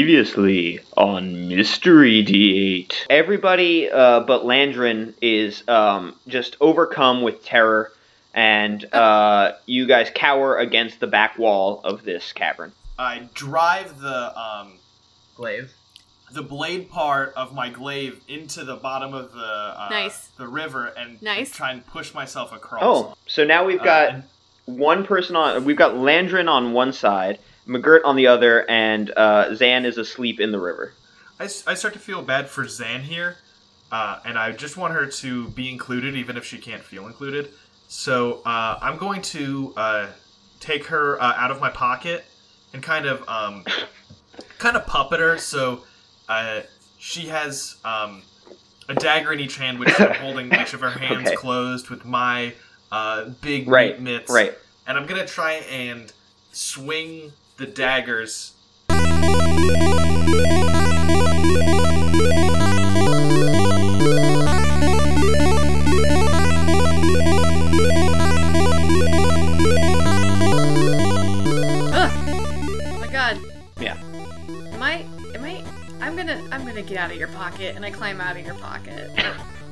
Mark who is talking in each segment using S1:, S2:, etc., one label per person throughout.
S1: Previously on Mystery D8.
S2: Everybody uh, but Landrin is um, just overcome with terror, and uh, you guys cower against the back wall of this cavern.
S3: I drive the um,
S4: glaive.
S3: the blade part of my glaive into the bottom of the uh,
S5: Nice.
S3: the river and
S5: Nice.
S3: try and push myself across.
S2: Oh, so now we've
S3: Uh,
S2: got
S3: and-
S2: one person on. We've got Landrin on one side, McGirt on the other, and uh, Zan is asleep in the river.
S3: I, s- I start to feel bad for Zan here, uh, and I just want her to be included, even if she can't feel included. So uh, I'm going to uh, take her uh, out of my pocket and kind of um, kind of puppet her. So uh, she has um, a dagger in each hand, which I'm holding each of her hands
S2: Okay.
S3: closed with my uh, big
S2: Right,
S3: mitts.
S2: Right.
S3: And I'm gonna try and swing the daggers.
S5: Oh my god.
S2: Yeah.
S5: Am I? Am I? I'm gonna. I'm gonna get out of your pocket, and I climb out of your pocket.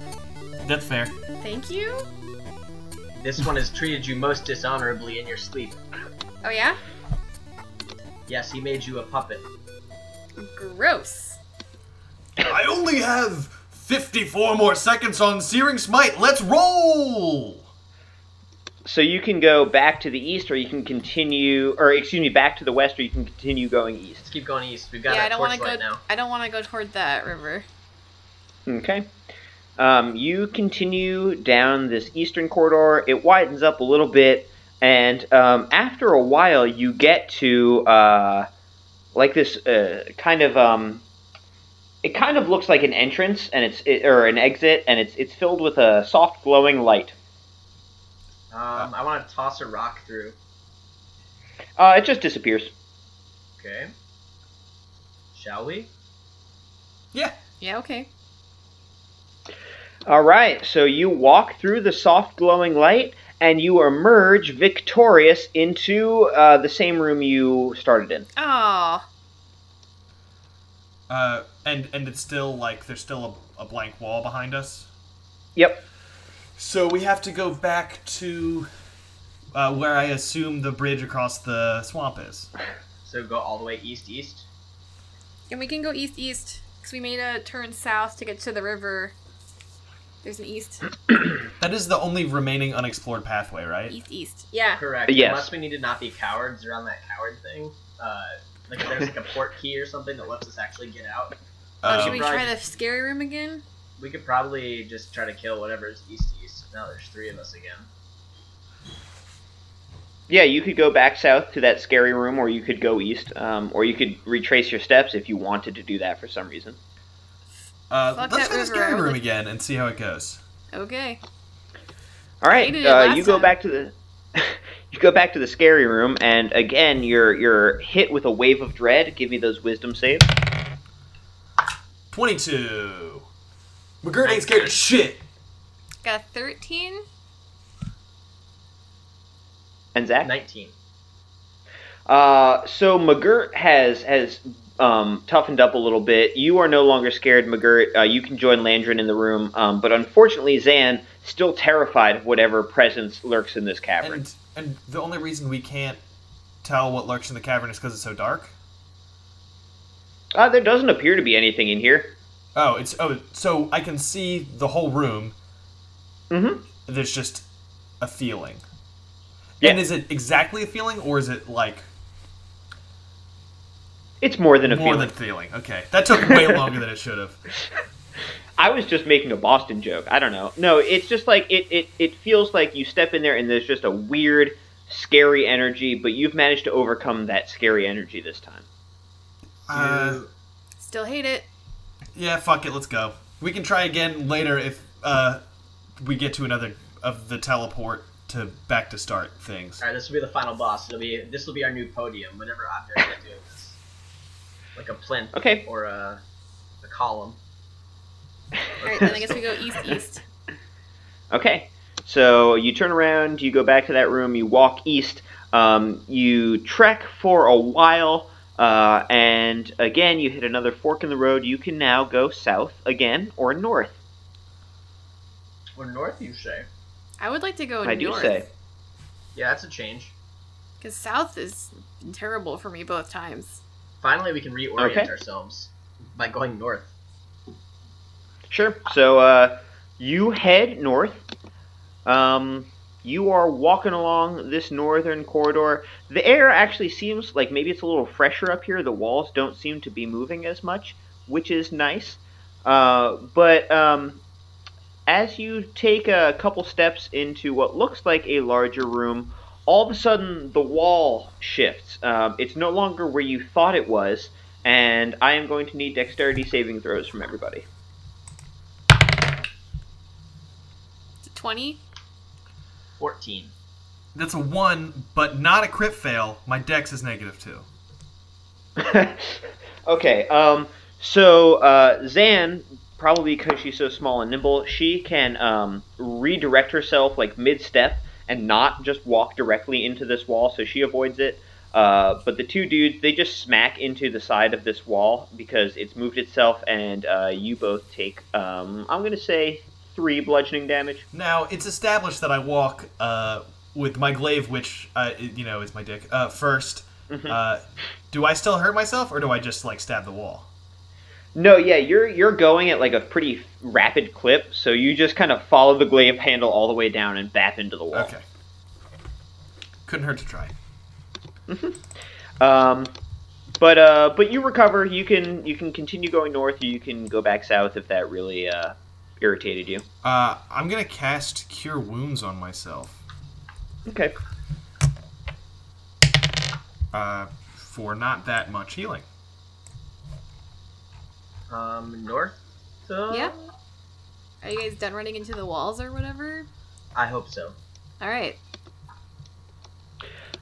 S3: That's fair.
S5: Thank you.
S4: This one has treated you most dishonorably in your sleep.
S5: Oh yeah.
S4: Yes, he made you a puppet.
S5: Gross.
S3: I only have 54 more seconds on Searing Smite. Let's roll!
S2: So you can go back to the east, or you can continue, or excuse me, back to the west, or you can continue going east.
S4: Let's keep going east. We've got
S5: yeah,
S4: a
S5: I don't
S4: torchlight
S5: want to go.
S4: now.
S5: I don't want to go toward that river.
S2: Okay. Um, you continue down this eastern corridor. It widens up a little bit, and um, after a while, you get to uh, like this uh, kind of. Um, it kind of looks like an entrance, and it's it, or an exit, and it's it's filled with a soft glowing light.
S4: Um, I want to toss a rock through.
S2: Uh, it just disappears.
S4: Okay. Shall we?
S3: Yeah.
S5: Yeah. Okay.
S2: All right, so you walk through the soft glowing light, and you emerge victorious into uh, the same room you started in.
S5: Oh.
S3: Uh, and and it's still like there's still a, a blank wall behind us.
S2: Yep.
S3: So we have to go back to uh, where I assume the bridge across the swamp is.
S4: So go all the way east, east.
S5: And we can go east east because we made a turn south to get to the river. There's an east
S3: That is the only remaining unexplored pathway, right?
S5: east east. Yeah.
S4: Correct.
S2: Yes.
S4: Unless we need to not be cowards around that coward thing. Uh, like if there's like a port key or something that lets us actually get out.
S5: Oh,
S3: Uh,
S5: should we
S4: right.
S5: try the scary room again?
S4: We could probably just try to kill whatever's east, east. Now there's three of us again.
S2: Yeah, you could go back south to that scary room, or you could go east, um, or you could retrace your steps if you wanted to do that for some reason.
S3: uh,
S5: Fuck that
S3: let's try the
S5: river,
S3: scary
S5: I would
S3: room
S5: like-
S3: again and see how it goes.
S5: Okay.
S2: All right,
S5: did it
S2: uh,
S5: last
S2: you go
S5: time.
S2: back to the. You go back to the scary room, and again, you're you're hit with a wave of dread. Give me those wisdom saves.
S3: Twenty-two. McGirt ain't scared of shit.
S5: Got a thirteen.
S2: And Zach,
S4: Nineteen.
S2: Uh, so McGirt has has um, toughened up a little bit. You are no longer scared, McGirt. Uh, you can join Landrin in the room, um, but unfortunately, Zan still terrified of whatever presence lurks in this cavern.
S3: And and the only reason we can't tell what lurks in the cavern is because it's so dark.
S2: Uh, there doesn't appear to be anything in here.
S3: Oh, it's oh, so I can see the whole room.
S2: Mhm.
S3: There's just a feeling.
S2: Yeah.
S3: And is it exactly a feeling, or is it like
S2: It's more than a
S3: more
S2: feeling.
S3: than feeling? Okay, that took way longer than it should have.
S2: I was just making a Boston joke. I don't know. No, it's just like it, it, it feels like you step in there and there's just a weird, scary energy, but you've managed to overcome that scary energy this time.
S3: Uh,
S5: Still hate it.
S3: yeah, fuck it, let's go. We can try again later if uh, we get to another of the teleport to back to start things.
S4: All right, this will be the final boss. It'll be this will be our new podium. Whenever Optic is doing this, like a plinth
S2: Okay.
S4: or a, a column.
S5: All right, then I guess we go east east.
S2: Okay. So you turn around, you go back to that room, you walk east, um, you trek for a while, Uh, and again, you hit another fork in the road. You can now go south again or north.
S4: Or north, you say?
S5: I would like to go
S2: I do
S5: north.
S2: say.
S4: Yeah, that's a change.
S5: Because south is terrible for me both times.
S4: Finally, we can reorient
S2: Okay.
S4: ourselves by going north.
S2: Sure. So uh, you head north. Um, you are walking along this northern corridor. The air actually seems like maybe it's a little fresher up here. The walls don't seem to be moving as much, which is nice. Uh, but um, as you take a couple steps into what looks like a larger room, all of a sudden the wall shifts. Um, it's no longer where you thought it was, and I am going to need dexterity saving throws from everybody.
S5: 20?
S4: 14.
S3: That's a one, but not a crit fail. My dex is negative two.
S2: okay. Um. So uh, Zan, probably because she's so small and nimble, she can um, redirect herself like mid-step and not just walk directly into this wall, so she avoids it. Uh, but the two dudes, they just smack into the side of this wall because it's moved itself, and uh, you both take, um, I'm going to say, three bludgeoning damage.
S3: Now it's established that I walk uh, with my glaive, which uh, i- you know is my dick. Uh, 1st uh, do I still hurt myself, or do I just like stab the wall?
S2: No, yeah, you're you're going at like a pretty rapid clip, so you just kind of follow the glaive handle all the way down and bap into the wall.
S3: Okay. Couldn't hurt to try.
S2: Um, but uh, but you recover. You can you can continue going north. You can go back south if that really uh, irritated you.
S3: Uh, I'm gonna cast Cure Wounds on myself
S2: Okay.
S3: uh, for not that much healing.
S4: Um, north? uh,
S5: Yeah. Are you guys done running into the walls or whatever?
S4: I hope so.
S5: Alright.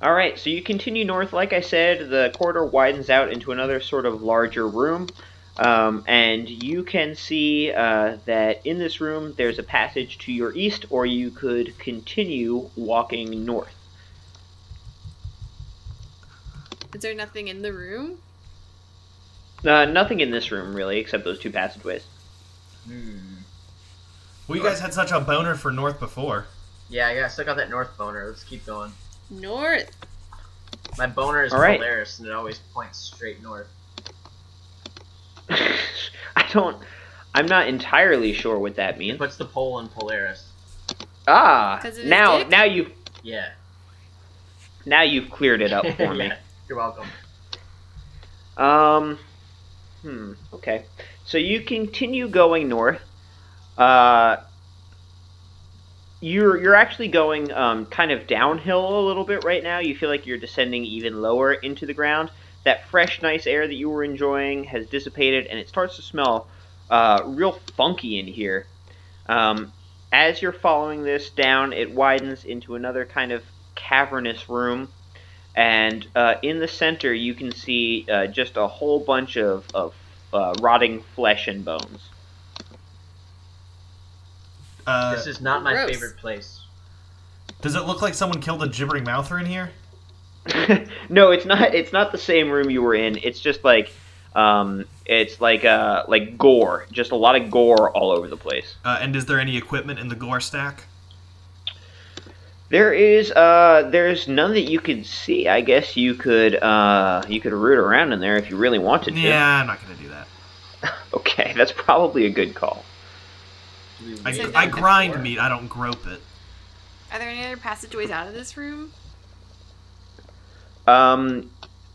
S2: All right. So you continue north. Like I said, the corridor widens out into another sort of larger room, um, and you can see uh, that in this room there's a passage to your east, or you could continue walking north.
S5: Is there nothing in the room?
S2: Uh, nothing in this room really, except those two passageways.
S4: Hmm.
S3: Well, you guys had such a boner for North before.
S4: Yeah, yeah, I still got that north boner. Let's keep going.
S5: North.
S4: My boner is
S2: All right.
S4: Polaris, and it always points straight north.
S2: I don't. I'm not entirely sure what that means.
S4: It puts the pole in Polaris.
S2: Ah,
S5: 'Cause of his
S2: now
S5: dick?
S2: now you
S4: Yeah.
S2: now you've cleared it up for me.
S4: Yeah, You're welcome.
S2: Um, hmm. Okay, so you continue going north. Uh, you're you're actually going um, kind of downhill a little bit right now. You feel like you're descending even lower into the ground. That fresh, nice air that you were enjoying has dissipated, and it starts to smell uh, real funky in here. Um, as you're following this down, it widens into another kind of cavernous room. And uh, in the center, you can see uh, just a whole bunch of, of uh, rotting flesh and bones.
S3: Uh,
S4: this is not my
S5: gross.
S4: favorite place.
S3: does it look like someone killed a gibbering mouther in here?
S2: no, it's not. It's not the same room you were in. It's just like, um, it's like uh, like gore. Just a lot of gore all over the place.
S3: Uh, and is there any equipment in the gore stack?
S2: There is uh, there's none that you can see. I guess you could uh, you could root around in there if you really wanted to.
S3: Yeah, I'm not gonna do that.
S2: Okay, that's probably a good call.
S4: Do we
S5: Say
S3: I,
S5: no.
S3: I grind
S4: Or-
S3: meat. I don't grope it.
S5: Are there any other passageways out of this room?
S2: Um,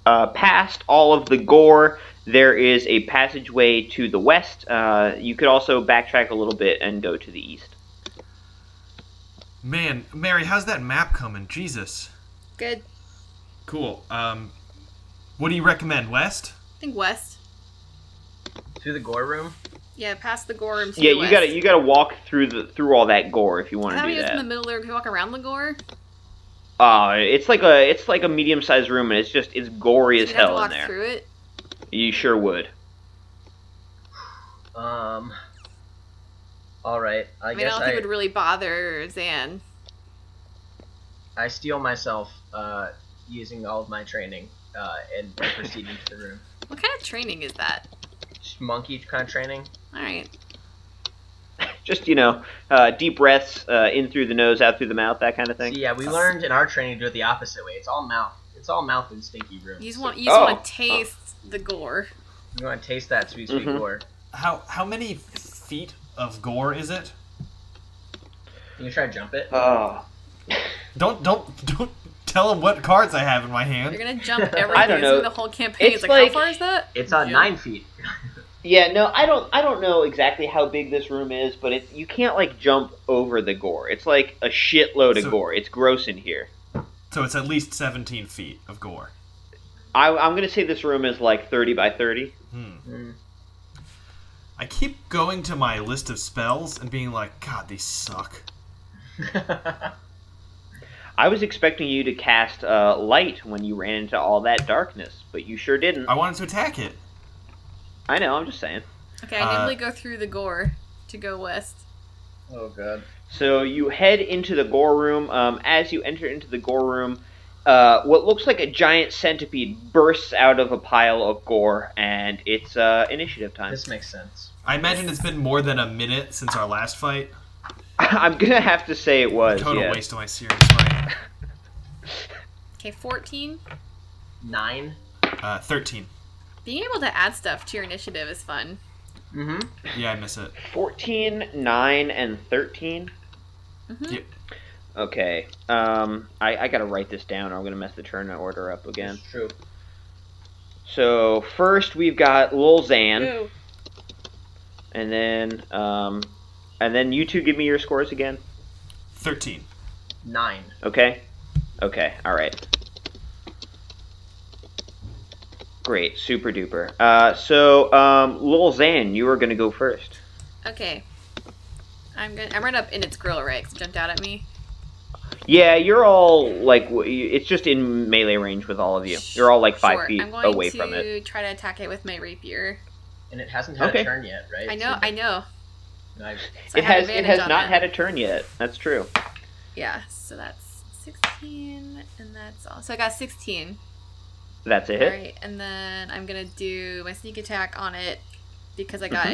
S2: uh, past all of the gore, there is a passageway to the west. Uh, you could also backtrack a little bit and go to the east.
S3: Man, Mary, how's that map coming? Jesus.
S5: Good.
S3: Cool. Um, what do you recommend? West?
S5: I think west.
S4: Through the gore room?
S5: Yeah, past the gore room. to
S2: yeah,
S5: the
S2: you
S5: west.
S2: gotta you gotta walk through the through all that gore if you want
S5: How
S2: to
S5: do we
S2: do
S5: go from the
S2: that.
S5: middle there? Can we walk around the gore?
S2: Uh, it's like a it's like a medium sized room and it's just it's gory
S5: We'd
S2: as
S5: have to
S2: hell in
S5: walk
S2: there.
S5: through it.
S2: You sure would.
S4: Um. Alright, I,
S5: I mean, I
S4: guess
S5: don't think
S4: I,
S5: it would really bother Zan.
S4: I steal myself uh, using all of my training. uh, and proceed into the room.
S5: What kind of training is that?
S4: Just monkey kind of training.
S5: All right.
S2: Just you know, uh, deep breaths uh, in through the nose, out through the mouth, that kind of
S4: So,
S2: thing.
S4: yeah, we learned in our training to do it the opposite way. It's all mouth. It's all mouth in stinky room.
S5: You just want you just
S2: Oh.
S5: want to taste the gore.
S4: You want to taste that sweet sweet
S2: Mhm.
S4: gore.
S3: How how many feet of gore is it?
S4: You can try to jump it.
S2: Oh,
S3: Don't don't don't tell him what cards I have in my
S5: You're
S3: hand.
S5: gonna jump everything
S2: I don't know.
S5: through the whole campaign. It's,
S2: It's
S5: like,
S2: like-
S5: how far is that?
S4: It's on
S5: Yeah.
S4: nine feet.
S2: yeah. No, I don't. I don't know exactly how big this room is, but it's you can't like jump over the gore. It's like a shitload of
S3: So-
S2: gore. It's gross in here.
S3: So it's at least 17 feet of gore.
S2: I, I'm gonna say this room is like thirty by thirty.
S3: Hmm.
S4: Mm.
S3: I keep going to my list of spells and being like, God, these suck.
S2: I was expecting you to cast uh, light when you ran into all that darkness, but you sure didn't.
S3: I wanted to attack it.
S2: I know. I'm just saying.
S5: Okay, I
S3: Uh,
S5: nimbly go through the gore to go west.
S4: oh god.
S2: So you head into the gore room. Um, as you enter into the gore room, uh, what looks like a giant centipede bursts out of a pile of gore, and it's uh, initiative time.
S4: This makes sense.
S3: I imagine it's been more than a minute since our last fight.
S2: I'm gonna have to say it was.
S3: Total
S2: yeah.
S3: waste of my series, right?
S5: Okay, 14.
S4: Nine.
S3: Uh, 13.
S5: Being able to add stuff to your initiative is fun.
S4: Mm-hmm.
S3: Yeah, I miss it.
S2: 14, 9, and 13.
S5: Mhm.
S3: Yeah.
S2: Okay. Um, I, I gotta write this down or I'm gonna mess the turn order up again.
S4: It's true.
S2: So first we've got Lil Xan,
S5: Ooh.
S2: and then um, and then you two give me your scores again.
S3: 13.
S4: Nine.
S2: Okay? Okay, alright. Great, super duper. Uh, so, um, Lil Xan, you are going to go first.
S5: Okay. I'm gonna. I'm right up in its grill, right? 'Cause it jumped out at me.
S2: Yeah, you're all, like, w- you- it's just in melee range with all of you. You're all, like, five
S5: Sure,
S2: feet
S5: I'm going
S2: away
S5: to
S2: from it.
S5: Try to attack it with my rapier.
S4: And it hasn't had
S2: Okay.
S4: a turn yet, right?
S5: I know. I know.
S4: I.
S5: So
S2: It
S5: I have
S2: has, it
S5: advantage
S2: has
S5: on
S2: not
S5: that.
S2: had a turn yet. That's true.
S5: Yeah. So that's 16, and that's all. So I got 16.
S2: That's a
S5: All
S2: hit.
S5: right, and then I'm gonna do my sneak attack on it because I got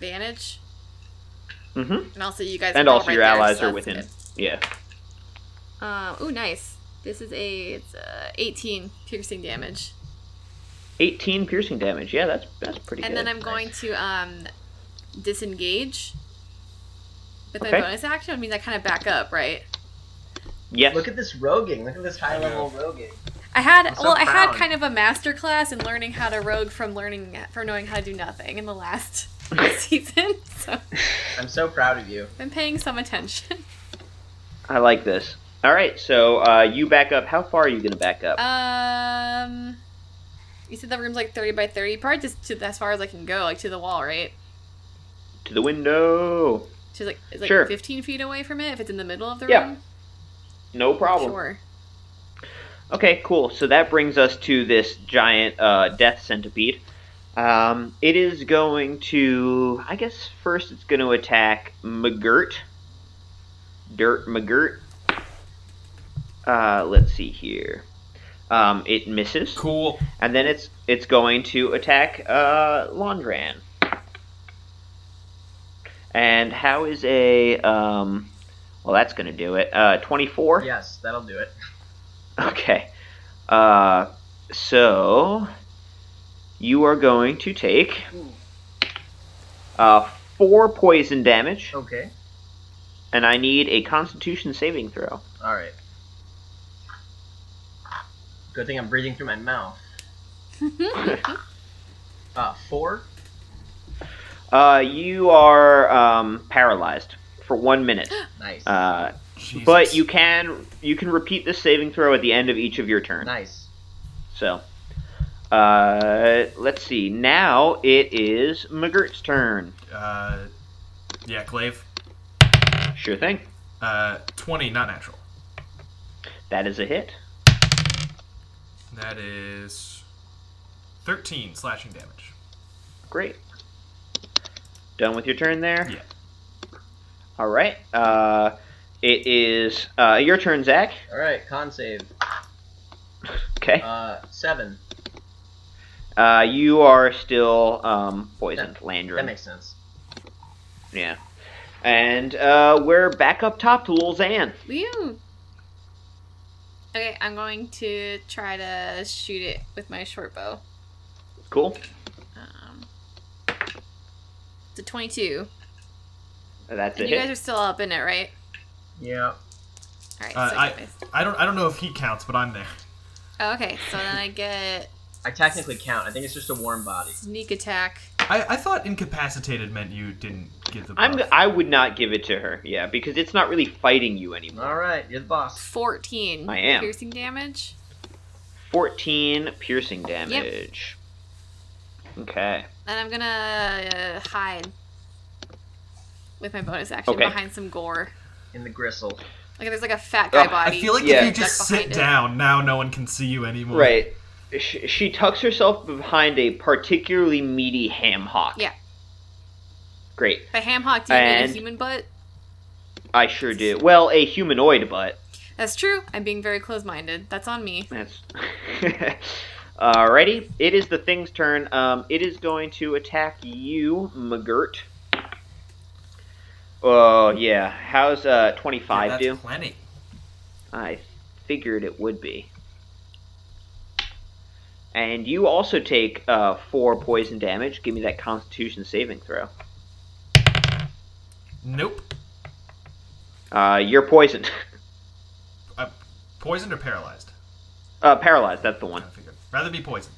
S5: advantage,
S2: Mm-hmm.
S5: and also you guys.
S2: And
S5: are all
S2: also
S5: right
S2: your
S5: there, so
S2: allies are
S5: that's
S2: within.
S5: good.
S2: Yeah.
S5: Um. Ooh, nice. This is a it's uh 18 piercing damage,
S2: 18 piercing damage. Yeah, that's that's pretty
S5: and
S2: good.
S5: then I'm going to um disengage with
S2: Okay.
S5: my bonus action. It means I kind of back up, right?
S2: Yes.
S4: Look at this roguing. Look at this high level roguing.
S5: I had
S4: I'm so
S5: well, I had
S4: proud.
S5: kind of a master class in learning how to rogue from learning from knowing how to do nothing in the last season. So
S4: I'm so proud of you.
S5: I've been paying some attention.
S2: I like this. All right, so uh, you back up. How far are you going to back
S5: Uh,
S2: up?
S5: Um, you said the room's like thirty by thirty. Probably just to as far as I can go, like to the wall, right?
S2: to the window.
S5: To like is like
S2: Sure.
S5: fifteen feet away from it. If it's in the middle of the
S2: Yeah,
S5: room,
S2: No problem.
S5: Sure.
S2: Okay, cool. So that brings us to this giant uh, death centipede. Um, it is going to. I guess first it's going to attack McGirt. Dirt McGirt. Uh, let's see here. Um, it misses,
S3: Cool.
S2: and then it's it's going to attack uh, Londran. And how is a um, well? That's going to do it. Uh, Twenty-four.
S4: Yes, that'll do it.
S2: Okay. Uh, so you are going to take uh, four poison damage,
S4: Okay.
S2: and I need a Constitution saving throw.
S4: All right. Good thing I'm breathing through my mouth. Uh, four.
S2: Uh, you are um, paralyzed for one minute,
S4: Nice.
S2: uh,
S3: Jesus.
S2: but you can you can repeat this saving throw at the end of each of your turns.
S4: nice.
S2: So. Uh, let's see. Now it is McGirt's turn.
S3: Uh, yeah, glaive.
S2: Sure thing.
S3: Uh, 20, not natural.
S2: That is a hit.
S3: That is 13 slashing damage.
S2: Great. Done with your turn there?
S3: Yeah.
S2: All right. Uh, it is uh, your turn, Zach.
S4: All right. Con save.
S2: Okay.
S4: Uh, seven.
S2: Uh, you are still um, poisoned, Landrin.
S4: That makes sense.
S2: Yeah. And uh, we're back up top to Lil Xan.
S5: Woo! Okay, I'm going to try to shoot it with my short bow.
S2: Cool.
S5: Um, it's a 22.
S2: That's
S5: And
S2: it.
S5: you guys are still up in it, right?
S4: Yeah.
S5: All right.
S3: Uh,
S5: so
S3: I-
S5: anyways.
S3: I don't I don't know if he counts, but I'm there.
S5: oh, okay. So then I get
S4: I technically count. I think it's just a warm body.
S5: sneak attack.
S3: I, I thought incapacitated meant you didn't get the.
S2: I'm.
S3: buff.
S2: I would not give it to her. Yeah, because it's not really fighting you anymore.
S4: All right, you're the boss.
S5: 14.
S2: I am.
S5: Piercing damage.
S2: Fourteen piercing damage. Okay.
S5: And I'm gonna uh, hide with my bonus action
S2: Okay.
S5: behind some gore.
S4: in the gristle.
S5: Like there's like a fat guy
S2: Ugh, I
S5: body.
S3: Uh, I feel like
S2: Yeah.
S3: if you just
S5: Duck
S3: sit
S5: behind it.
S3: down now, no one can see you anymore.
S2: Right. She, she tucks herself behind a particularly meaty ham hock.
S5: Yeah.
S2: Great.
S5: By ham hock, do you mean
S2: And-
S5: a human butt?
S2: I sure do. Well, a humanoid butt.
S5: That's true. I'm being very close-minded. That's on me.
S2: That's. Alrighty. It is the thing's turn. Um, it is going to attack you, McGirt. Oh yeah. How's uh twenty
S3: Yeah,
S2: five
S3: that's
S2: do?
S3: plenty.
S2: I figured it would be. And you also take uh, four poison damage. Give me that Constitution saving throw.
S3: Nope.
S2: Uh, you're poisoned.
S3: Uh, poisoned or paralyzed?
S2: Uh, paralyzed. That's the one.
S3: I figured. Rather be poisoned.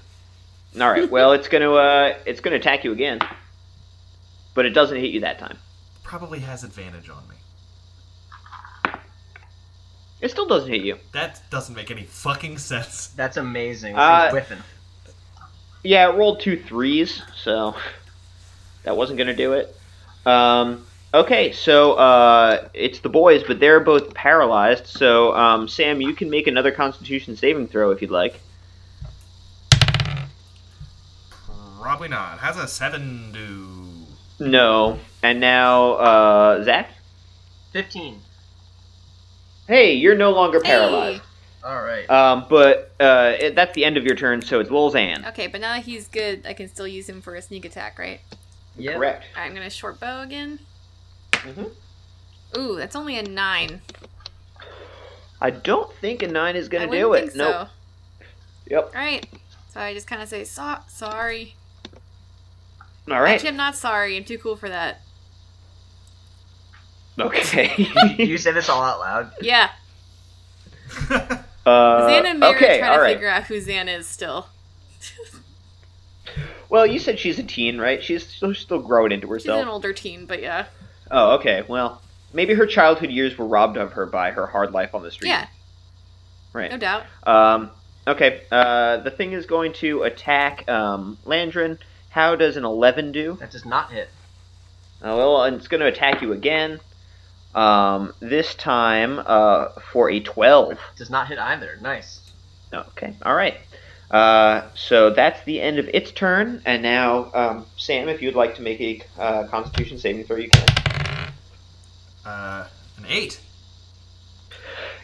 S2: All right. Well, it's gonna uh, it's gonna attack you again, but it doesn't hit you that time.
S3: Probably has advantage on me.
S2: It still doesn't hit you.
S3: That doesn't make any fucking sense.
S4: That's amazing.
S2: Uh,
S4: He's whiffing.
S2: Yeah, it rolled two threes, so that wasn't gonna do it. Um, okay, so uh, it's the boys, but they're both paralyzed. So um, Sam, you can make another Constitution saving throw if you'd like.
S3: Probably not. How's a seven do?
S2: No. And now uh, Zach.
S4: Fifteen.
S2: Hey, you're no longer paralyzed.
S4: All right.
S2: Um, but uh, it, that's the end of your turn, so it's Lil Xan.
S5: Okay, but now that he's good, I can still use him for a sneak attack, right?
S4: yeah.
S2: Correct.
S5: Alright, I'm gonna short bow again.
S2: Mhm.
S5: Ooh, that's only a nine.
S2: I don't think a nine is
S5: I
S2: gonna
S5: wouldn't
S2: do it.
S5: think
S2: nope.
S5: so.
S2: Yep.
S5: All right. So I just kind of say, so- sorry.
S2: All right.
S5: Actually, I'm not sorry. I'm too cool for that.
S4: Did
S2: Okay.
S4: you say this all out loud?
S5: Yeah.
S2: uh,
S5: Xan and Mary
S2: okay.
S5: are trying
S2: All
S5: to
S2: right.
S5: figure out who Xan is still.
S2: Well, you said she's a teen, right? She's still, still growing into
S5: She's an
S2: herself.
S5: older teen, but yeah.
S2: Oh, okay. Well, maybe her childhood years were robbed of her by her hard life on the street.
S5: Yeah, no
S2: Right.
S5: doubt.
S2: Um. Okay. Uh, the thing is going to attack um, Landrin. How does an eleven do?
S4: That does not hit.
S2: Uh, well, and it's going to attack you again. Um, this time uh, for a twelve.
S4: Does not hit either. Nice.
S2: Okay. All right. Uh, so that's the end of its turn, and now um, Sam, if you'd like to make a uh, Constitution saving throw, you can.
S3: uh, an eight.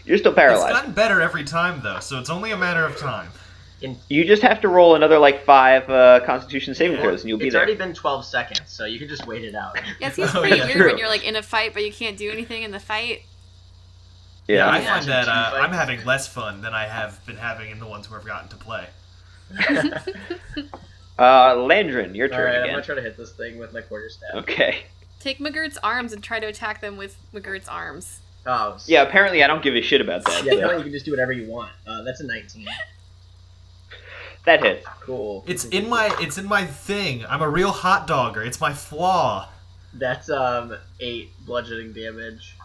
S2: You're still
S3: It's
S2: paralyzed.
S3: gotten better every time though, so it's only a matter of time.
S2: You just have to roll another like five uh, Constitution saving
S4: Well,
S2: throws, and you'll be
S4: it's
S2: there.
S4: already been 12 seconds, so you can just wait it out.
S5: Yeah, it seems
S3: Oh,
S5: pretty
S3: yeah,
S5: weird
S2: true.
S5: when you're like in a fight, but you can't do anything in the fight.
S3: Yeah, I
S2: yeah.
S4: Yeah.
S3: find that uh,
S4: Team
S3: I'm
S4: fight.
S3: having less fun than I have been having in the ones where I've gotten to play.
S2: Uh, Landrin, your turn
S4: Alright, I'm
S2: again.
S4: gonna try to hit this thing with my quarterstaff.
S2: Okay.
S5: Take McGirt's arms and try to attack them with McGirt's arms.
S4: Oh, s-
S2: Yeah. Apparently, I don't give a shit about that.
S4: Yeah, that
S2: so.
S4: way you can just do whatever you want. Uh, that's a 19.
S2: That hits.
S4: Cool.
S3: It's in my it's in my thing. I'm a real hot dogger. It's my flaw.
S4: That's um eight bludgeoning damage.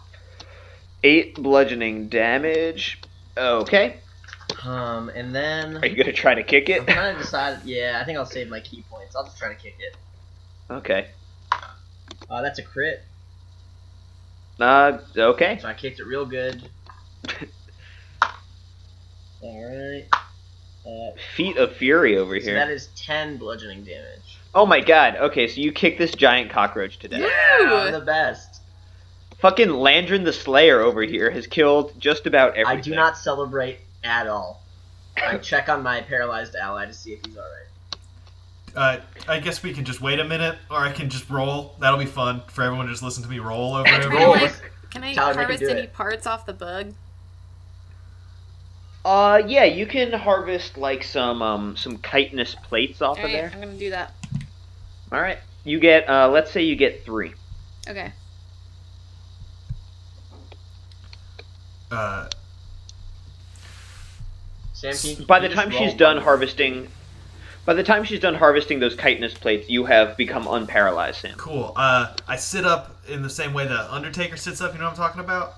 S2: Eight bludgeoning damage. Okay.
S4: Um, and then
S2: Are you gonna try to kick it?
S4: I'm kind of decided. Yeah, I think I'll save my key points. I'll just try to kick it.
S2: Okay.
S4: Uh, that's a crit,
S2: Uh. Okay.
S4: so I kicked it real good. All right. Uh,
S2: Feet of fury over
S4: so
S2: here.
S4: that is ten bludgeoning damage.
S2: Oh my god. Okay, so you kick this giant cockroach to death.
S4: Yeah, I'm the best.
S2: Fucking Landrin the Slayer over here has killed just about
S4: I
S2: everything.
S4: do not celebrate at all. I check on my paralyzed ally to see if he's all right.
S3: Uh, I guess we can just wait a minute, or I can just roll. That'll be fun for everyone to just listen to me roll over and
S5: Can
S3: over.
S5: I,
S4: Roll.
S5: like, can I
S4: Tyler, we can
S5: harvest
S4: do
S5: any
S4: it.
S5: parts off the bug?
S2: Uh, yeah, you can harvest like some um some chitinous plates off of
S5: Alright,
S2: there.
S5: I'm gonna do that.
S2: All right, you get uh, let's say you get three.
S5: Okay.
S3: Uh,
S4: Sam, can you-
S2: By
S4: can
S2: the
S4: you
S2: time
S4: just roll
S2: she's done
S4: one?
S2: harvesting, by the time she's done harvesting those chitinous plates, you have become unparalyzed, Sam.
S3: cool. Uh, I sit up in the same way the Undertaker sits up. You know what I'm talking about?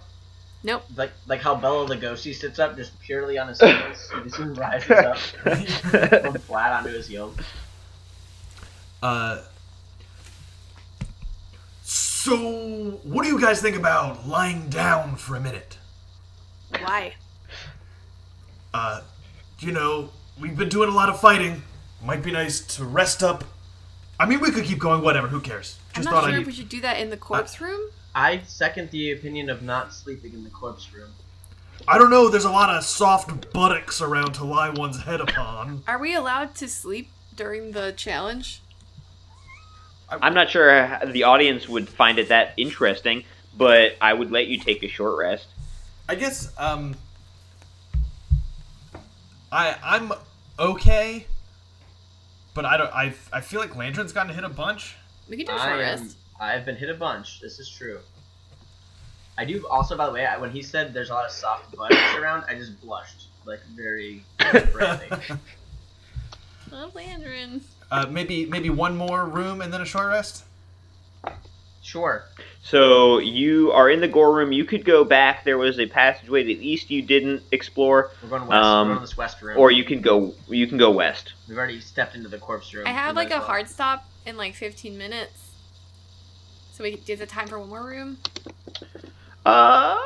S5: Nope.
S4: like like how Bella Lugosi sits up just purely on his heels. he just rises up from flat onto his heels.
S3: Uh, so, what do you guys think about lying down for a minute?
S5: Why?
S3: Uh, you know, we've been doing a lot of fighting. Might be nice to rest up. I mean, we could keep going. Whatever. Who cares?
S5: I'm
S3: Just
S5: not
S3: thought
S5: sure if
S3: I
S5: we
S3: need. Uh,
S5: should do that in the corpse room.
S4: I second the opinion of not sleeping in the corpse room.
S3: I don't know. There's a lot of soft buttocks around to lie one's head upon.
S5: Are we allowed to sleep during the challenge?
S2: I'm not sure how the audience would find it that interesting, but I would let you take a short rest.
S3: I guess um I I'm okay, but I don't I I feel like Landron's gotten hit a bunch.
S5: We can do a
S4: I
S5: short
S4: am,
S5: rest.
S4: I've been hit a bunch. This is true. I do also, by the way, I, when he said there's a lot of soft buttocks around, I just blushed like very brightly.
S5: Oh, Landrin.
S3: Uh, maybe maybe one more room and then a short rest.
S4: Sure.
S2: So you are in the gore room. You could go back. There was a passageway to the east you didn't explore,
S4: We're going west.
S2: Um,
S4: We're going to this west room.
S2: or you can go you can go west.
S4: We've already stepped into the corpse room.
S5: I have
S4: We might
S5: like a
S4: as well.
S5: hard stop in like 15 minutes. So we is it time for one more room?
S2: Uh,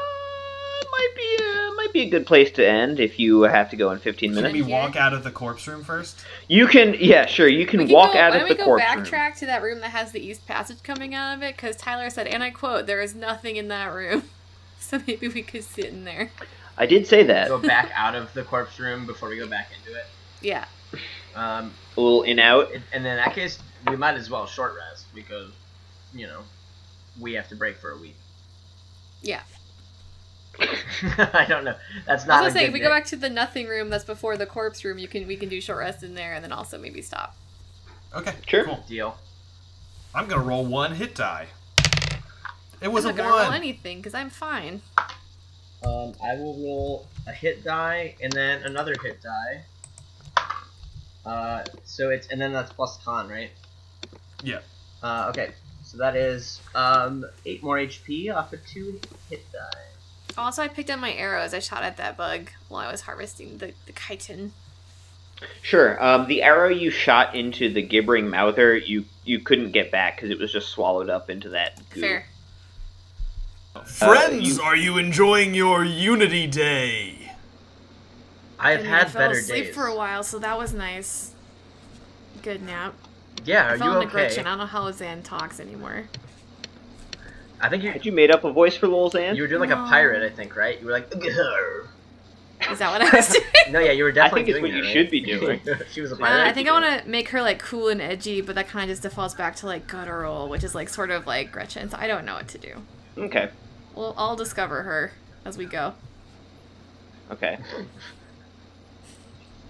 S2: might be a, might be a good place to end if you have to go in 15
S3: Can
S2: minutes.
S3: we walk out of the corpse room first?
S2: You can yeah sure you can,
S5: We
S2: walk
S5: go,
S2: out
S5: why
S2: of
S5: don't
S2: the
S5: we go
S2: corpse room.
S5: backtrack to that room that has the east passage coming out of it? Because Tyler said, and I quote, "There is nothing in that room." So maybe we could sit in there.
S2: I did say that.
S4: Go back out of the corpse room before we go back into it.
S5: Yeah.
S4: Um,
S2: A little in out.
S4: it- and then in that case, we might as well short rest because, you know, we have to break for a week.
S5: Yeah.
S4: I don't know. That's
S5: I
S4: not.
S5: was gonna
S4: a
S5: say
S4: good
S5: if we
S4: day.
S5: go back to the nothing room that's before the corpse room, you can we can do short rest in there and then also maybe stop.
S3: Okay.
S2: Sure.
S3: Cool.
S4: Deal.
S3: I'm gonna roll one hit die. It
S5: I'm
S3: was
S5: not
S3: a
S5: gonna roll
S3: one.
S5: anything because I'm fine.
S4: Um, I will roll a hit die and then another hit die. Uh, so it's and then that's plus con, right?
S3: Yeah.
S4: Uh, okay. So that is um eight more HP off of two hit die.
S5: Also, I picked up my arrows. I shot at that bug while I was harvesting the the chitin.
S2: Sure. Um, the arrow you shot into the gibbering mouther, you you couldn't get back because it was just swallowed up into that. Goo.
S5: Fair.
S3: Friends,
S2: Uh,
S3: are you enjoying your Unity Day?
S4: I've
S5: And then I
S4: had
S5: fell
S4: better
S5: asleep
S4: days.
S5: for a while, so that was nice. Good nap.
S4: Yeah,
S5: I
S4: are
S5: fell
S4: you
S5: into
S4: okay?
S5: Gretchen. I don't know how Zan talks anymore.
S4: I think you
S2: Had you made up a voice for Lil Xan?
S4: you were doing like
S5: No.
S4: a pirate, I think, right? You were like, "Grr."
S5: Is that what I was doing?
S4: no, yeah, you were
S2: I
S4: definitely
S2: think it's what
S4: doing
S2: you
S4: that,
S2: should be
S4: right?
S2: doing.
S4: she was a
S5: I don't know,
S4: pirate.
S5: Uh, I think I want to make her like cool and edgy, but that kind of just defaults back to like guttural, which is like sort of like Gretchen. So I don't know what to do.
S2: okay.
S5: Well, I'll discover her as we go.
S2: Okay.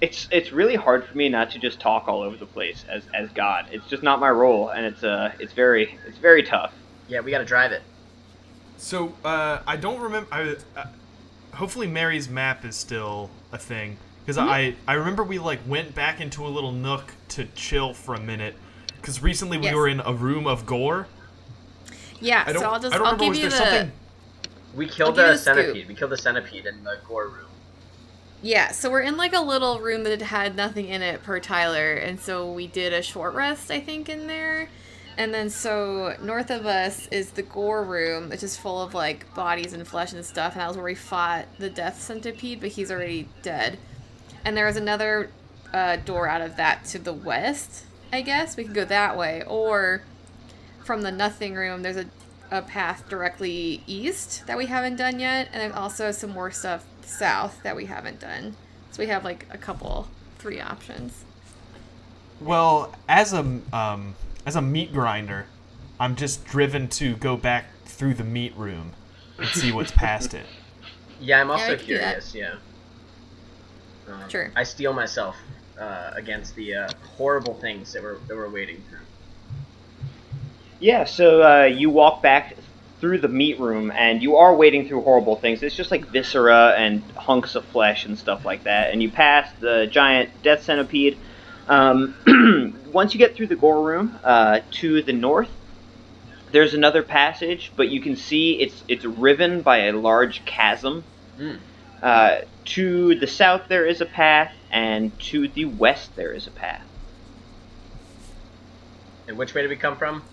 S2: It's it's really hard for me not to just talk all over the place as, as God. It's just not my role, and it's uh it's very it's very tough.
S4: Yeah, we gotta drive it.
S3: So uh, I don't remember. I, uh, hopefully, Mary's map is still a thing because
S5: Mm-hmm.
S3: I I remember we like went back into a little nook to chill for a minute because recently
S5: Yes.
S3: we were in a room of gore.
S5: Yeah,
S3: I don't.
S5: so I'll just
S3: I don't
S5: I'll
S3: remember.
S5: give
S3: was
S5: you
S3: there
S5: the
S3: something?
S4: We
S5: I'll
S4: killed
S5: give you
S4: a
S5: the scoop.
S4: centipede. We killed the centipede in the gore room.
S5: yeah. So we're in like a little room that had nothing in it per Tyler, and so we did a short rest I think in there, and then so north of us is the gore room, which is full of like bodies and flesh and stuff, and that was where we fought the death centipede, but he's already dead. And there was another uh, door out of that to the west. I guess we could go that way, or from the nothing room, there's a, a path directly east that we haven't done yet, and there's also some more stuff south that we haven't done. So we have like a couple, three options.
S3: Well, as a um, as a meat grinder, I'm just driven to go back through the meat room and see what's past it.
S4: Yeah, I'm also
S5: we could do that.
S4: curious. Yeah. Um,
S5: Sure.
S4: I steel myself uh, against the uh, horrible things that we're that we're wading through.
S2: Yeah, so uh, you walk back through the meat room, and you are wading through horrible things. It's just like viscera and hunks of flesh and stuff like that. And you pass the giant death centipede. Um, once you get through the gore room uh, to the north, there's another passage, but you can see it's it's riven by a large chasm.
S4: Mm.
S2: Uh, to the south there is a path, and to the west there is a path.
S4: And which way did we come from?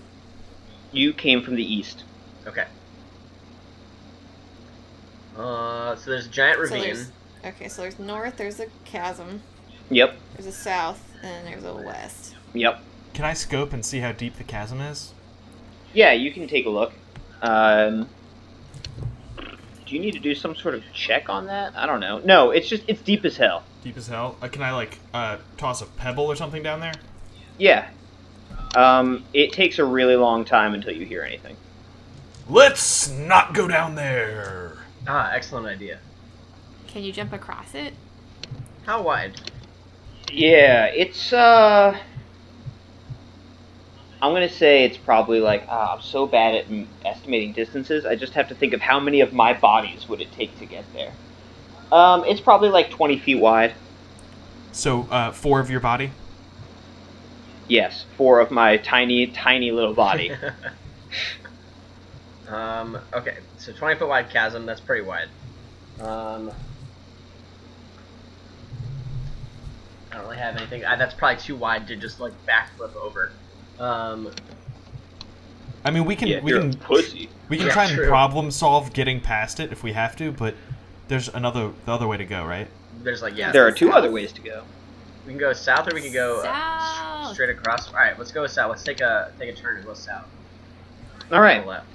S2: You came from the east.
S4: Okay. Uh, so there's a giant
S5: So
S4: ravine.
S5: there's, okay, so there's north, there's a chasm,
S2: Yep,
S5: there's a south, and there's a west.
S2: yep.
S3: Can I scope and see how deep the chasm is?
S2: Yeah, you can take a look. Um, do you need to do some sort of check on that? I don't know. No, it's just it's deep as hell.
S3: Deep as hell. Uh, can I like uh, toss a pebble or something down there?
S2: Yeah. Um, it takes a really long time until you hear anything.
S3: Let's not go down there.
S4: ah, excellent idea.
S5: Can you jump across it?
S4: How wide?
S2: Yeah, it's uh. I'm gonna say it's probably like ah, I'm so bad at m- estimating distances. I just have to think of how many of my bodies would it take to get there. Um, it's probably like 20 feet wide.
S3: So uh, four of your body.
S2: Yes, four of my tiny, tiny little body.
S4: um, okay, so 20 foot wide chasm, that's pretty wide. Um, I don't really have anything. I, that's probably too wide to just like backflip over. Um,
S3: I mean, we can
S1: yeah,
S3: we
S1: you're
S3: can
S1: a pussy.
S3: we can
S4: Yeah,
S3: try and
S4: true.
S3: problem solve getting past it if we have to, but there's another the other way to go, right?
S4: there's like, yeah,
S2: there are two other ways to go.
S4: we can go south or we can go uh, s-
S5: South.
S4: straight across. All right, let's go south. Let's take a take a turn and go south.
S2: All
S4: to
S2: right.
S4: the left.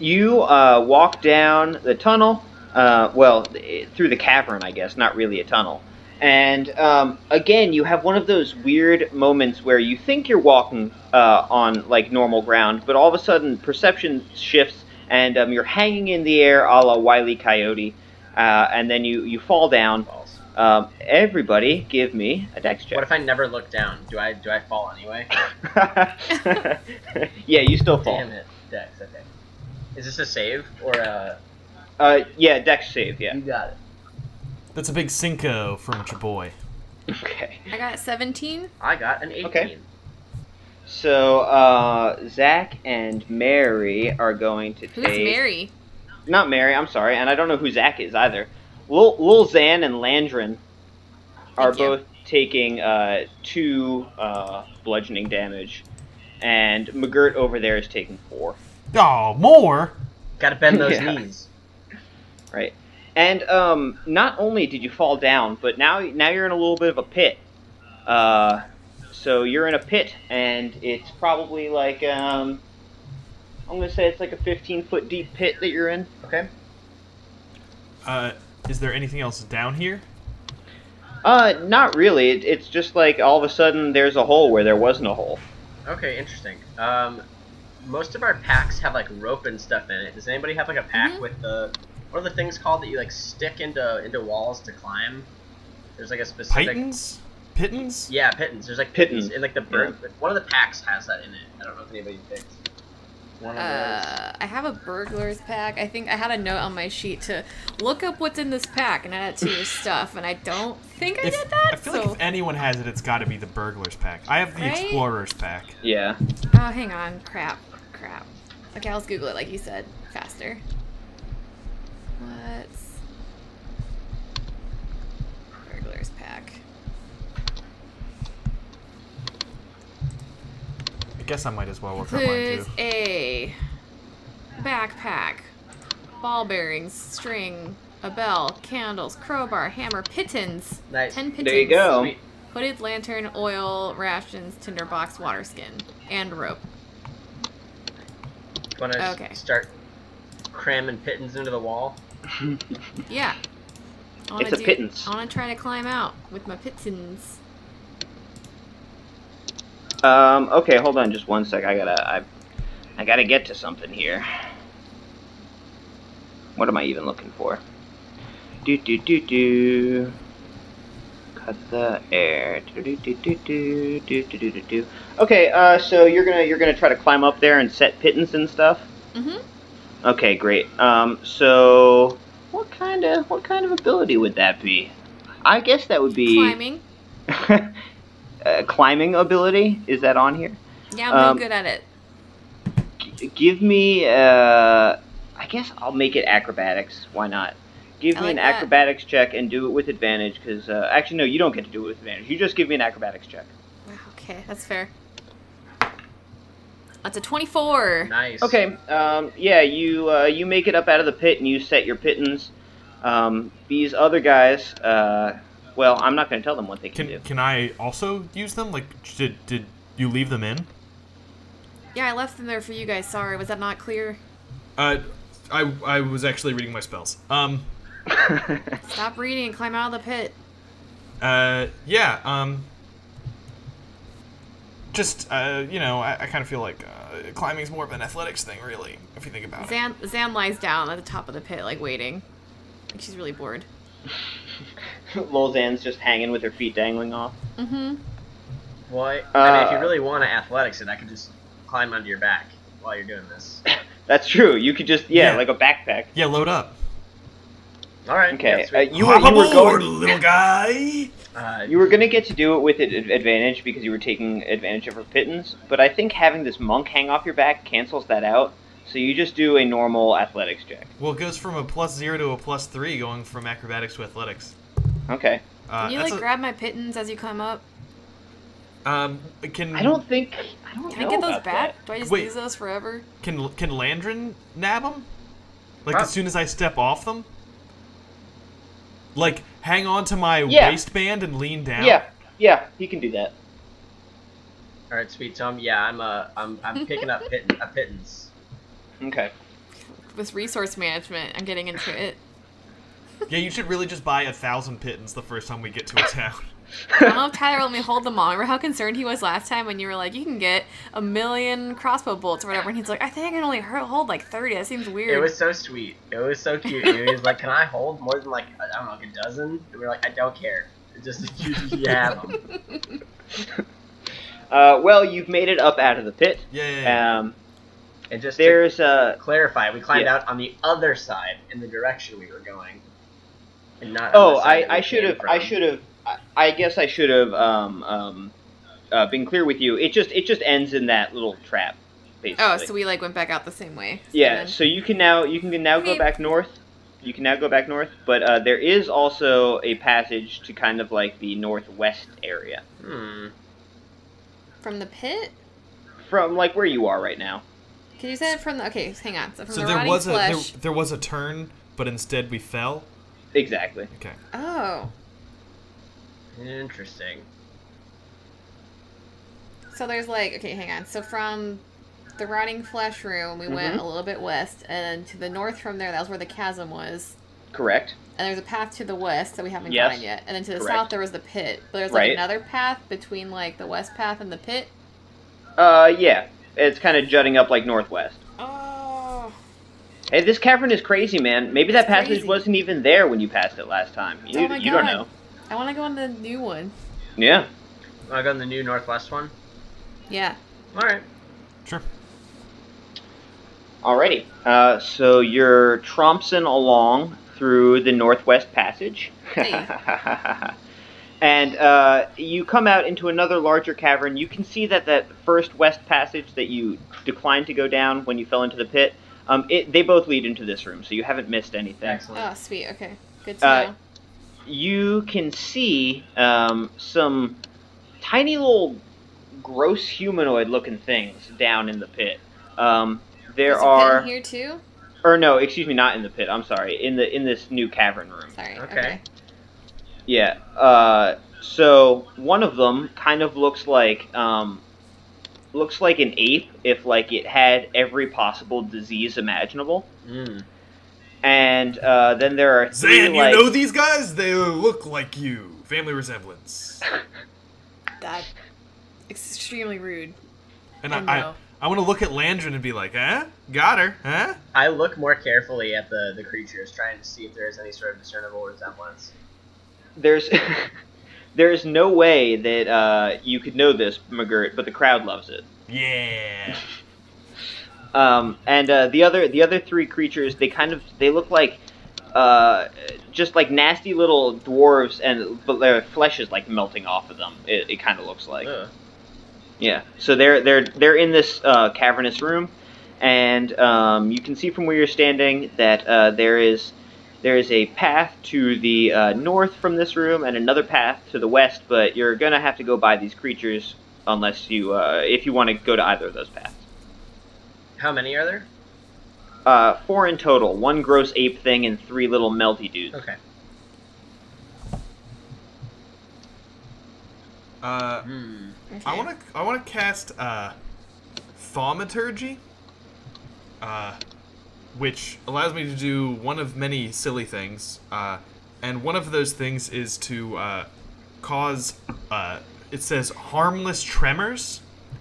S2: You uh, walk down the tunnel, uh, well, th- through the cavern, I guess, not really a tunnel. And um, again, you have one of those weird moments where you think you're walking uh, on like normal ground, but all of a sudden perception shifts and um, you're hanging in the air a la Wile E. Coyote. Uh, and then you, you fall down.
S4: Falls.
S2: Um, everybody, give me a dex check.
S4: What if I never look down? Do I do I fall anyway?
S2: yeah, you still fall.
S4: Damn it, Dex. Okay. Is this a save or a?
S2: Uh, yeah, dex save. Yeah.
S4: You got it.
S3: That's a big cinco from your boy.
S2: Okay.
S5: I got 17.
S4: I got an 18.
S2: Okay. So uh, Zach and Mary are going to
S5: Who's
S2: take
S5: Mary?
S2: not Mary. I'm sorry, and I don't know who Zach is either. Lil, Lil Xan and Landrin are
S5: Thank you.
S2: both taking uh, two uh, bludgeoning damage, and McGirt over there is taking four.
S3: Oh, more.
S4: Gotta bend those
S2: Yeah.
S4: knees.
S2: Right. And um, not only did you fall down, but now now you're in a little bit of a pit. Uh, so you're in a pit, and it's probably like um, I'm gonna say it's like a 15 foot deep pit that you're in.
S4: Okay.
S3: Uh, is there anything else down here?
S2: Uh, not really. It, it's just like all of a sudden there's a hole where there wasn't a hole.
S4: Okay, interesting. Um, most of our packs have like rope and stuff in it. Does anybody have like a pack
S5: Mhm.
S4: with the what are the things called that you like stick into into walls to climb? There's like a specific.
S3: Pitons? Pittons?
S4: Yeah, pittance. There's like pittance
S2: Pittance.
S4: and like the bird. One of the packs has that in it. I don't know if anybody picked. One of those.
S5: Uh, I have a burglar's pack. I think I had a note on my sheet to look up what's in this pack and add it to your stuff, and I don't think I
S3: If-
S5: did that.
S3: I feel
S5: so,
S3: like if anyone has it, it's got to be the burglars pack. I have the
S5: Right?
S3: explorers pack.
S2: Yeah.
S5: oh, hang on, crap, crap. Okay, I'll just Google it, like you said, faster. What's burglar's pack?
S3: I guess I might as well work on mine too.
S5: Includes a backpack, ball bearings, string, a bell, candles, crowbar, hammer, pittons.
S4: Nice.
S5: Ten pittons.
S2: There you go.
S4: Sweet.
S5: Hooded lantern, oil, rations, tinderbox, water skin, and rope.
S4: Want to
S5: Okay.
S4: start cramming pittons into the wall?
S5: Yeah. I wanna
S2: It's a
S5: do-
S2: pittance.
S5: I want to try to climb out with my pitsins.
S2: Um, okay, hold on just one sec. I gotta, I, I gotta get to something here. What am I even looking for? Do do do do. Cut the air. Do do do do do do do do do. do. Okay, uh, so you're gonna you're gonna try to climb up there and set pittance and stuff.
S5: Mhm.
S2: Okay, great. Um, so what kind of what kind of ability would that be? I guess that would be
S5: Climbing.
S2: uh, climbing ability is that on here
S5: Yeah, I'm
S2: um,
S5: no good at it.
S2: G- give me uh i guess i'll make it acrobatics why not give
S5: I
S2: me an
S5: like that.
S2: acrobatics check and do it with advantage because uh, actually no you don't get to do it with advantage you just give me an acrobatics check
S5: Wow, okay, that's fair. That's a 24.
S4: Nice.
S2: okay um, yeah you uh, you make it up out of the pit and you set your pittance um, these other guys uh, well i'm not going to tell them what they can,
S3: Can
S2: do
S3: can I also use them? Like, did did you leave them in?
S5: Yeah, I left them there for you guys. Sorry, was that not clear?
S3: Uh, I I was actually reading my spells. Um,
S5: Stop reading and climb out of the pit.
S3: uh, yeah. Um, just uh, you know, I, I kind of feel like uh, climbing's more of an athletics thing, really, if you think about it.
S5: Zan, Zan lies down at the top of the pit, like waiting. Like, she's really bored.
S2: lozanne's just hanging with her feet dangling off
S5: Mm-hmm.
S4: Well, I, I mean, if
S2: Uh,
S4: you really want to athletics it, I could just climb under your back while you're doing this.
S2: that's true you could just yeah.
S3: Yeah.
S2: like a backpack
S3: Yeah, load up.
S4: All right.
S2: Okay,
S4: yeah, sweet.
S2: uh, You were- you were
S3: aboard,
S2: going-
S3: little guy.
S4: Uh,
S2: You were gonna get to do it with ad- ad- advantage because you were taking advantage of her pittance, but I think having this monk hang off your back cancels that out. So you just do a normal athletics check.
S3: Well, it goes from a plus zero to a plus three, going from acrobatics to athletics.
S2: Okay.
S3: Uh,
S5: Can you
S3: that's
S5: like
S3: a-
S5: grab my pittons as you climb up?
S3: um, can
S2: I don't think I don't
S5: Can
S2: know
S5: I get those
S2: about
S5: back? Do I just
S3: Wait.
S5: lose those forever?
S3: Can can Landrin nab them? Like
S4: Huh?
S3: as soon as I step off them? Like hang on to my
S2: Yeah.
S3: waistband and lean
S2: that.
S3: down.
S2: Yeah, yeah, he can do that.
S4: all right, sweet Tom. Yeah, I'm uh, I'm I'm picking up pitten, a pittance.
S2: Okay.
S5: With resource management, I'm getting into it.
S3: Yeah, you should really just buy a thousand pittons the first time we get to a town.
S5: I don't know if Tyler let me hold them all. Remember how concerned he was last time when you were like, you can get a million crossbow bolts or whatever, and he's like, I think I can only hur- hold like 30. That seems weird.
S4: It was so sweet. It was so cute. dude. He was like, "Can I hold more than like I don't know, like a dozen?" And we are like, "I don't care. It's just you, you have 'em."
S2: Uh, well, you've made it up out of the pit.
S3: Yeah, yeah, yeah.
S2: Um,
S4: And just to
S2: there's uh,
S4: clarify, we climbed
S2: Yeah.
S4: out on the other side in the direction we were going, and not. on
S2: Oh,
S4: the side
S2: I, I
S4: we
S2: should
S4: came
S2: have. I
S4: from.
S2: should have. I, I guess I should have um, um, uh, been clear with you. It just it just ends in that little trap, basically.
S5: oh, so we like went back out the same way.
S2: yeah.
S5: And then-
S2: So you can now you can now go
S5: Weep.
S2: back north. You can now go back north, but uh, there is also a passage to kind of like the northwest area
S4: Hmm.
S5: From the pit?
S2: from like where you are right now.
S5: Can you say it from the. Okay, hang on. So from
S3: so
S5: the
S3: there
S5: rotting
S3: was a
S5: flesh.
S3: there, there was a turn, but instead we fell.
S2: Exactly.
S3: Okay.
S5: Oh.
S4: Hmm, Interesting.
S5: So there's like. Okay, hang on. So from the rotting flesh room, we went
S2: Mhm.
S5: a little bit west, and to the north from there, that was where the chasm was.
S2: Correct.
S5: And there's a path to the west that we haven't
S2: Yes.
S5: gone yet. And then to the
S2: Correct.
S5: south, there was the pit. But there's like
S2: Right.
S5: another path between like the west path and the pit.
S2: Uh, yeah. It's kind of jutting up like northwest.
S5: Oh.
S2: Hey, this cavern is crazy, man. Maybe that
S5: It's
S2: passage
S5: crazy. Oh
S2: wasn't even there when you passed it last time. You,
S5: my
S2: you don't
S5: God.
S2: know.
S5: I want to go on the new one.
S2: Yeah.
S4: I got the new northwest one.
S5: Yeah.
S4: All right.
S3: Sure.
S2: Alrighty. Uh, so you're trompsing along through the Northwest Passage.
S5: Hey.
S2: and uh, you come out into another larger cavern. You can see that that first West Passage that you declined to go down when you fell into the pit, um, it, they both lead into this room, so you haven't missed anything.
S4: Excellent.
S5: Oh, sweet. Okay. Good to
S2: Uh,
S5: know.
S2: you can see um, some tiny little gross humanoid looking things down in the pit. Um, there
S5: There's a pit
S2: are
S5: in here too.
S2: or no, excuse me, not in the pit. I'm sorry, in the in this new cavern room.
S5: Sorry.
S4: Okay.
S5: Okay.
S2: Yeah. Uh, so one of them kind of looks like um, looks like an ape if like it had every possible disease imaginable,
S4: Mm.
S2: and uh, then there are three,
S3: Zan, you
S2: like,
S3: know these guys? They look like you. Family resemblance.
S5: That extremely rude.
S3: And
S5: I
S3: I, I,
S5: know.
S3: I want to look at Landrin and be like, huh? Got her, huh?
S4: I look more carefully at the, the creatures, trying to see if there is any sort of discernible resemblance.
S2: there's there's no way that uh, you could know this McGirt, but the crowd loves it.
S3: Yeah.
S2: Um, and uh, the other the other three creatures, they kind of they look like uh, just like nasty little dwarves, and but their flesh is like melting off of them. It, it kind of looks like.
S4: Ugh.
S2: Yeah. So they're they're they're in this uh, cavernous room, and um, you can see from where you're standing that uh, there is there is a path to the uh, north from this room and another path to the west. But you're gonna have to go by these creatures unless you uh, if you want to go to either of those paths.
S4: How many are there?
S2: Uh, four in total: one gross ape thing and three little melty dudes.
S4: Okay.
S3: Uh,
S4: Hmm.
S3: I want to I want to cast uh, thaumaturgy, uh, which allows me to do one of many silly things, uh, and one of those things is to uh, cause uh, it says harmless tremors,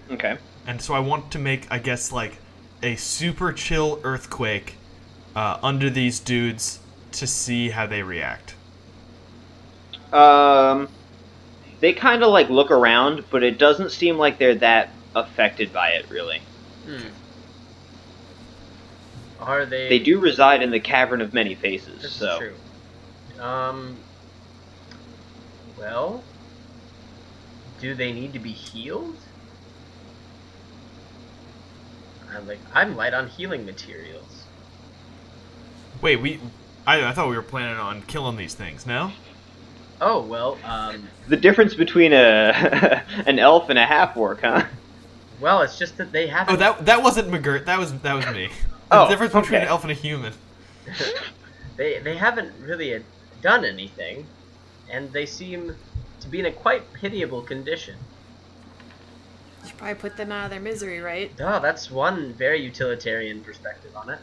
S2: Okay.
S3: and so I want to make I guess like a super chill earthquake uh, under these dudes to see how they react.
S2: Um, they kind of like look around, but it doesn't seem like they're that affected by it really.
S4: Hmm. Are they?
S2: They do reside in the cavern of many faces,
S4: This
S2: so
S4: is true. Um. Well, do they need to be healed? I'm like, I'm light on healing materials.
S3: Wait, we I, I thought we were planning on killing these things. No.
S4: Oh well, um,
S2: the difference between a an elf and a half orc, huh?
S4: well, it's just that they have.
S3: Oh, that that wasn't McGirt. That was that was me. The
S2: Oh,
S3: difference between
S2: okay.
S3: an elf and a human.
S4: they they haven't really uh, done anything, and they seem to be in a quite pitiable condition.
S5: Should probably put them out of their misery, right?
S4: Oh, that's one very utilitarian perspective on it.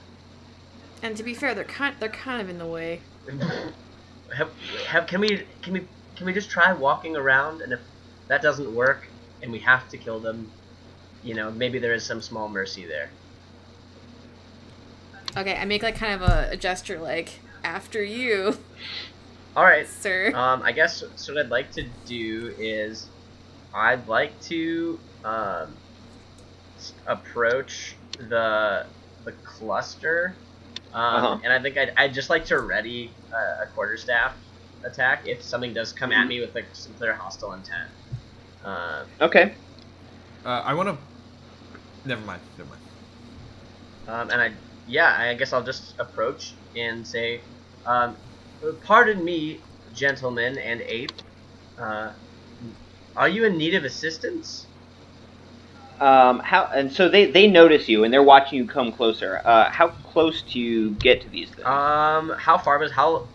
S5: And to be fair, they're kind they're kind of in the way.
S4: have, have, can we can we can we just try walking around and if that doesn't work and we have to kill them you know maybe there is some small mercy there
S5: Okay, I make like kind of a, a gesture like after you,
S4: all right
S5: sir.
S2: Uh,
S4: um i guess so what i'd like to do is i'd like to um s- approach the the cluster um
S2: Uh-huh.
S4: and i think i'd, I'd just like to ready a, a quarterstaff attack if something does come at me with like some clear hostile intent um
S2: Okay.
S3: Uh, I want to. Never mind. Never mind.
S4: Um, and I, yeah, I guess I'll just approach and say, um, "Pardon me, gentlemen and ape. Uh, are you in need of assistance?"
S2: Um, how and so they they notice you and they're watching you come closer. Uh, how close do you get to these things?
S4: Um, how far was how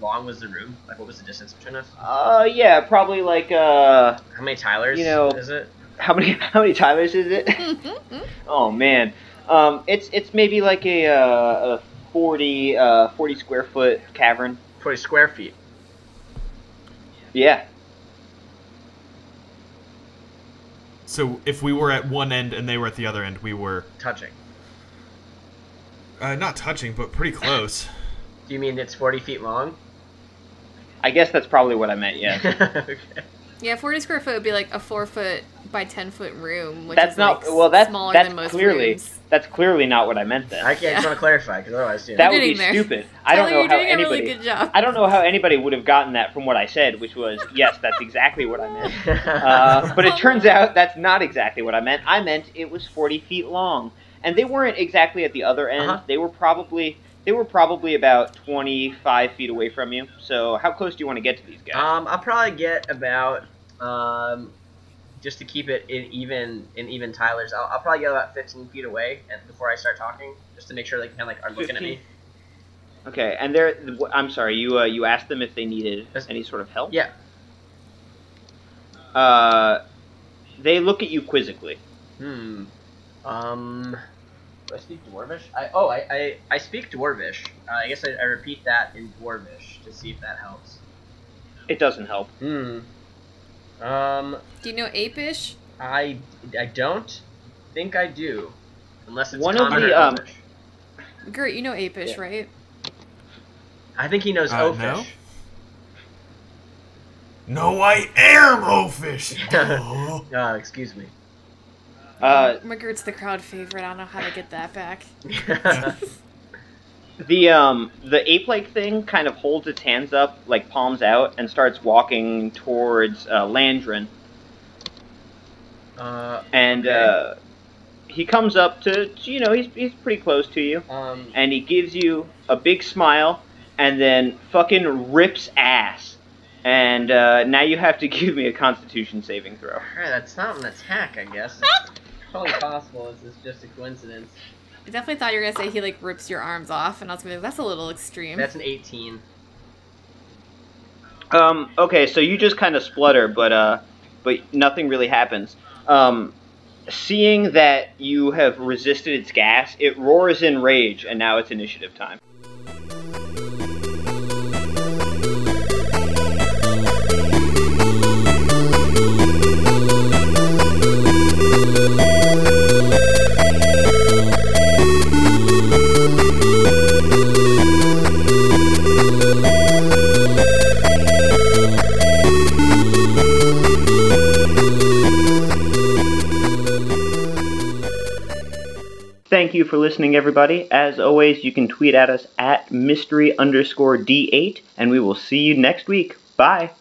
S4: long was the room? Like, what was the distance between us?
S2: Uh, yeah, probably like uh,
S4: How many Tylers?
S2: You know-
S4: is it?
S2: how many how many timers is it?
S5: Mm-hmm.
S2: oh man, um, it's it's maybe like a uh, a 40, uh, 40 square foot cavern.
S4: Forty square feet.
S2: Yeah.
S3: So if we were at one end and they were at the other end, we were
S4: Touching.
S3: uh, not touching, but pretty close.
S4: Do you mean it's forty feet long?
S2: I guess that's probably what I meant. Yeah.
S4: okay.
S5: yeah, forty square foot would be like a four foot by ten foot room, which
S2: That's
S5: is
S2: not-
S5: like,
S2: well, that's-
S5: smaller
S2: that's
S5: than most
S2: clearly-
S5: rooms.
S2: That's clearly not what I meant then.
S4: I can't
S5: Yeah.
S4: just want to clarify because otherwise, you know.
S2: that would be
S5: getting there.
S2: stupid. I don't
S5: Tyler,
S2: know
S5: you're
S2: how
S5: doing
S2: anybody.
S5: a really good job.
S2: I don't know how anybody would have gotten that from what I said, which was yes, that's exactly what I meant. Uh,
S4: Oh.
S2: but it turns out that's not exactly what I meant. I meant it was forty feet long, and they weren't exactly at the other end.
S4: Uh-huh.
S2: They were probably they were probably about twenty five feet away from you. So how close do you want to get to these guys?
S4: Um, I'll probably get about um, just to keep it in even in even Tyler's. I'll, I'll probably get about fifteen feet away and before I start talking, just to make sure they kind of like are looking at me.
S2: okay, and they're. I'm sorry, you uh, you asked them if they needed
S4: That's-
S2: any sort of help.
S4: Yeah.
S2: Uh, they look at you quizzically.
S4: Hmm. Um. Do I speak Dwarvish? I, oh, I, I, I speak Dwarvish. Uh, I guess I, I repeat that in Dwarvish to see if that helps.
S2: It doesn't help.
S4: Hmm. Um,
S5: Do you know apish?
S4: I, I don't think I do, unless it's
S2: One of
S4: Common
S2: the,
S4: or
S2: um,
S4: Elvish.
S5: Gert, you know apish,
S2: Yeah.
S5: right?
S4: I think he knows
S3: Uh,
S4: Oafish.
S3: no? No, I am Oafish. Oh.
S4: Uh, excuse me.
S2: Uh,
S5: McGirt's the crowd favorite. I don't know how to get that back.
S2: the um the ape like thing kind of holds its hands up like palms out and starts walking towards uh, Landrin
S4: uh,
S2: and uh, he comes up to, to you know he's he's pretty close to you
S4: um,
S2: and he gives you a big smile and then fucking rips ass and uh, now you have to give me a Constitution saving throw.
S4: alright, that's not an attack, I guess. It's totally possible. This is just a coincidence.
S5: I definitely thought you were gonna say he like rips your arms off, and I was gonna be like, that's a little extreme.
S4: That's an 18.
S2: Um, okay, so you just kind of splutter, but uh, but nothing really happens. Um, seeing that you have resisted its gas, it roars in rage, and now it's initiative time. Thank you for listening, everybody. As always, you can tweet at us at mystery underscore d8, and we will see you next week. Bye.